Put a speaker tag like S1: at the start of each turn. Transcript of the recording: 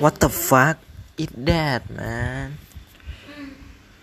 S1: What the fuck is that man